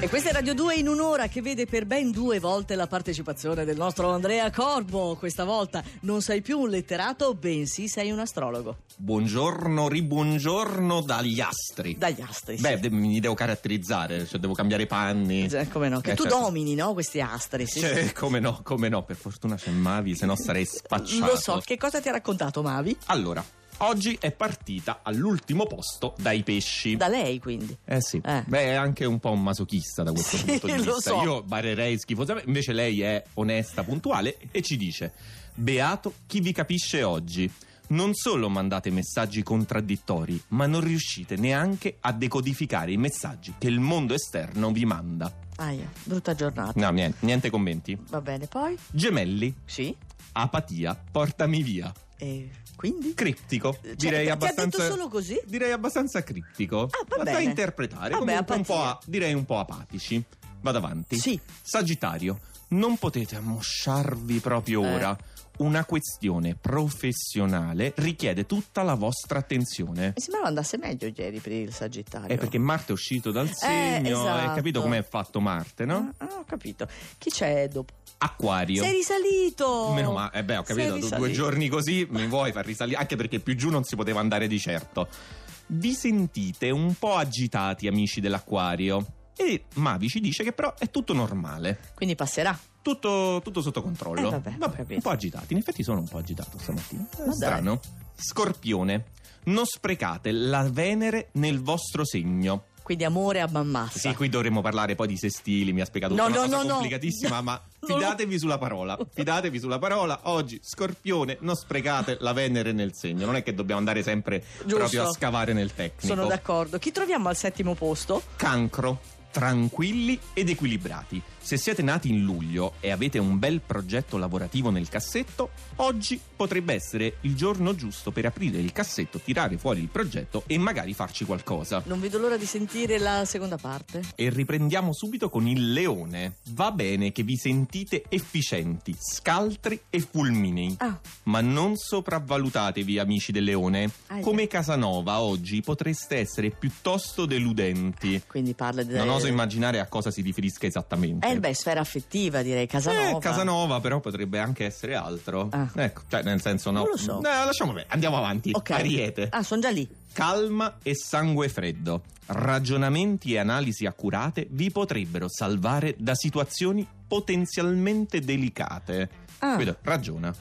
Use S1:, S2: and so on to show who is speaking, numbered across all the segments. S1: E questa è Radio 2 in un'ora che vede per ben due volte la partecipazione del nostro Andrea Corbo. Questa volta non sei più un letterato, bensì sei un astrologo.
S2: Buongiorno, ribuongiorno dagli astri.
S1: Dagli astri. sì.
S2: Beh, de- mi devo caratterizzare, cioè devo cambiare i panni.
S1: Cioè, come no? Che
S2: Eh,
S1: tu
S2: certo.
S1: domini, no? Questi astri. sì,
S2: Cioè,
S1: sì.
S2: come no, come no, per fortuna c'è Mavi, se no sarei spacciato.
S1: Lo so, che cosa ti ha raccontato Mavi?
S2: Allora, oggi è partita all'ultimo posto dai pesci.
S1: Da lei, quindi.
S2: eh sì,
S1: Eh.
S2: beh è anche un po' un masochista da questo
S1: Sì,
S2: punto di
S1: lo
S2: vista.
S1: so.
S2: Io barerei schifosamente, invece lei è onesta, puntuale e ci dice Beato chi vi capisce oggi. Non solo mandate messaggi contraddittori, ma non riuscite neanche a decodificare i messaggi che il mondo esterno vi manda.
S1: Aia, brutta giornata.
S2: No, niente, niente commenti.
S1: Va bene, poi?
S2: Gemelli,
S1: Sì.
S2: apatia, portami via.
S1: E quindi?
S2: Criptico,
S1: Cioè,
S2: direi
S1: ti ha
S2: abbastanza.
S1: detto solo così?
S2: Direi abbastanza criptico.
S1: va
S2: Ma da
S1: bene.
S2: interpretare.
S1: Vabbè,
S2: comunque un po'
S1: apatia.
S2: a- direi un po' apatici. Vado avanti.
S1: Sì.
S2: Sagittario, non potete ammosciarvi proprio
S1: Eh.
S2: ora. Una questione professionale richiede tutta la vostra attenzione.
S1: Mi sembrava andasse meglio ieri per il Sagittario.
S2: È Eh, perché Marte è uscito dal segno,
S1: esatto.
S2: hai capito com'è fatto Marte, no?
S1: Ah, ah, ho capito. Chi c'è dopo?
S2: Acquario.
S1: Sei risalito!
S2: Meno male, eh beh, ho capito,
S1: Sei
S2: du- due
S1: risalito.
S2: giorni così mi vuoi far risalire, anche perché più giù non si poteva andare di certo. Vi sentite un po' agitati, amici dell'acquario, e Mavi ci dice che però è tutto normale,
S1: Quindi passerà.
S2: tutto, tutto sotto controllo.
S1: Eh, vabbè, ho capito.
S2: un po' agitati, in effetti sono un po' agitato stamattina. Eh,
S1: dai.
S2: strano. Scorpione, non sprecate la Venere nel vostro segno.
S1: Quindi amore a bammassa.
S2: Sì, qui dovremmo parlare poi di sestili, mi ha spiegato
S1: No, no,
S2: tutta una cosa
S1: no, no.
S2: complicatissima, ma
S1: No.
S2: fidatevi sulla parola, fidatevi sulla parola. Oggi Scorpione, non sprecate la Venere nel segno, non è che dobbiamo andare sempre
S1: Giusto.
S2: proprio a scavare nel tecnico.
S1: Sono d'accordo. Chi troviamo al settimo posto?
S2: Cancro, tranquilli ed equilibrati. Se siete nati in luglio e avete un bel progetto lavorativo nel cassetto, oggi potrebbe essere il giorno giusto per aprire il cassetto, tirare fuori il progetto e magari farci qualcosa.
S1: Non vedo l'ora di sentire la seconda parte.
S2: E riprendiamo subito con il leone. Va bene che vi sentite efficienti, scaltri e fulminei.
S1: Ah,
S2: Ma non sopravvalutatevi, amici del leone.
S1: Ahia.
S2: Come Casanova oggi potreste essere piuttosto deludenti.
S1: quindi parla di...
S2: Non oso immaginare a cosa si riferisca esattamente.
S1: Eh beh, sfera affettiva direi, Casanova.
S2: Eh, Casanova però potrebbe anche essere altro.
S1: Ah.
S2: Ecco, cioè nel senso no.
S1: Non lo so.
S2: Eh, lasciamo bene, andiamo avanti.
S1: Ok.
S2: Ariete.
S1: Ah, sono già lì.
S2: Calma e sangue freddo. Ragionamenti e analisi accurate vi potrebbero salvare da situazioni potenzialmente delicate.
S1: Ah.
S2: Guido, ragiona.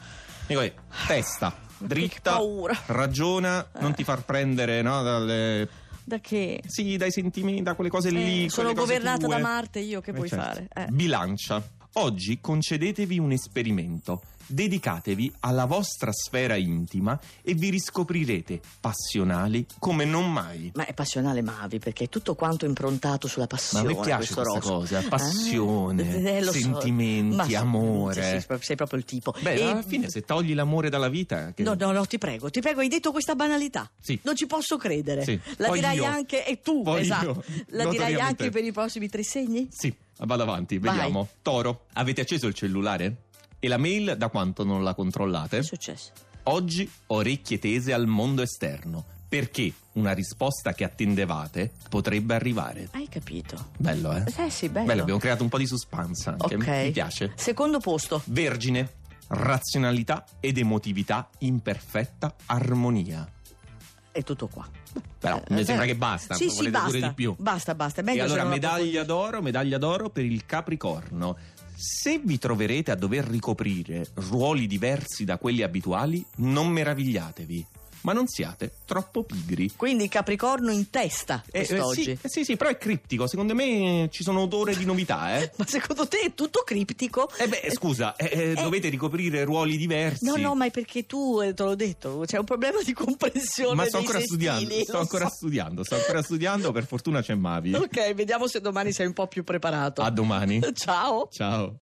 S2: Nicolè, testa, dritta.
S1: Che paura.
S2: Ragiona, non ti far prendere, no, dalle-
S1: Da che...
S2: sì, dai sentimenti, da quelle cose
S1: Eh,
S2: lì. quelle
S1: sono
S2: cose
S1: governata
S2: tue.
S1: da Marte, io che
S2: Eh,
S1: puoi
S2: certo.
S1: fare? Eh.
S2: Bilancia. Oggi concedetevi un esperimento. Dedicatevi alla vostra sfera intima e vi riscoprirete passionali come non mai.
S1: Ma è passionale Mavi perché è tutto quanto improntato sulla
S2: Ma a
S1: passione.
S2: me piace
S1: questo
S2: questa
S1: rosso.
S2: cosa, passione,
S1: Eh, eh, lo so.
S2: sentimenti,
S1: Ma sì,
S2: amore.
S1: sì, sì, sei proprio il tipo.
S2: Beh,
S1: E-
S2: alla fine se togli l'amore dalla vita... Che...
S1: No, no, no, ti prego, ti prego, hai detto questa banalità.
S2: Sì.
S1: Non ci posso credere.
S2: Sì.
S1: La
S2: Poi
S1: dirai
S2: io.
S1: anche, e tu,
S2: Poi
S1: esatto.
S2: io.
S1: La dirai
S2: Notoriamente.
S1: anche per i prossimi tre segni?
S2: Sì, vado avanti,
S1: Vai.
S2: vediamo. Toro, avete acceso il cellulare? E la mail da quanto non la
S1: Che è
S2: controllate?
S1: successo?
S2: Oggi orecchie tese al mondo esterno, perché una risposta che attendevate potrebbe arrivare.
S1: Hai capito?
S2: Bello, eh?
S1: Eh sì, bello.
S2: Bello, abbiamo creato un po' di suspense anche.
S1: Ok.
S2: Mi piace.
S1: Secondo posto.
S2: Vergine, razionalità ed emotività in perfetta armonia.
S1: È tutto qua.
S2: Però
S1: Eh,
S2: mi sembra
S1: eh.
S2: che basta,
S1: Sì, sì,
S2: volete
S1: basta.
S2: pure di più.
S1: Basta, basta. È
S2: E
S1: meglio se
S2: allora
S1: non la
S2: medaglia d'oro, medaglia d'oro per il Capricorno. Se vi troverete a dover ricoprire ruoli diversi da quelli abituali, non meravigliatevi, ma non siate troppo pigri.
S1: Quindi Capricorno in testa
S2: Eh, eh,
S1: quest'oggi.
S2: sì, eh, sì, sì, però è criptico, secondo me eh, ci sono odore di novità, eh.
S1: Ma secondo te è tutto criptico?
S2: Eh beh, scusa, eh, eh,
S1: Eh.
S2: dovete ricoprire ruoli diversi.
S1: No, no, ma è perché tu, eh, te l'ho detto, c'è un problema di comprensione
S2: ma sto
S1: dei
S2: ancora
S1: sestili,
S2: studiando, sto
S1: lo
S2: ancora
S1: so.
S2: studiando, sto ancora studiando, per fortuna c'è Mavi.
S1: Ok, vediamo se domani sei un po' più preparato.
S2: A domani.
S1: Ciao!
S2: Ciao.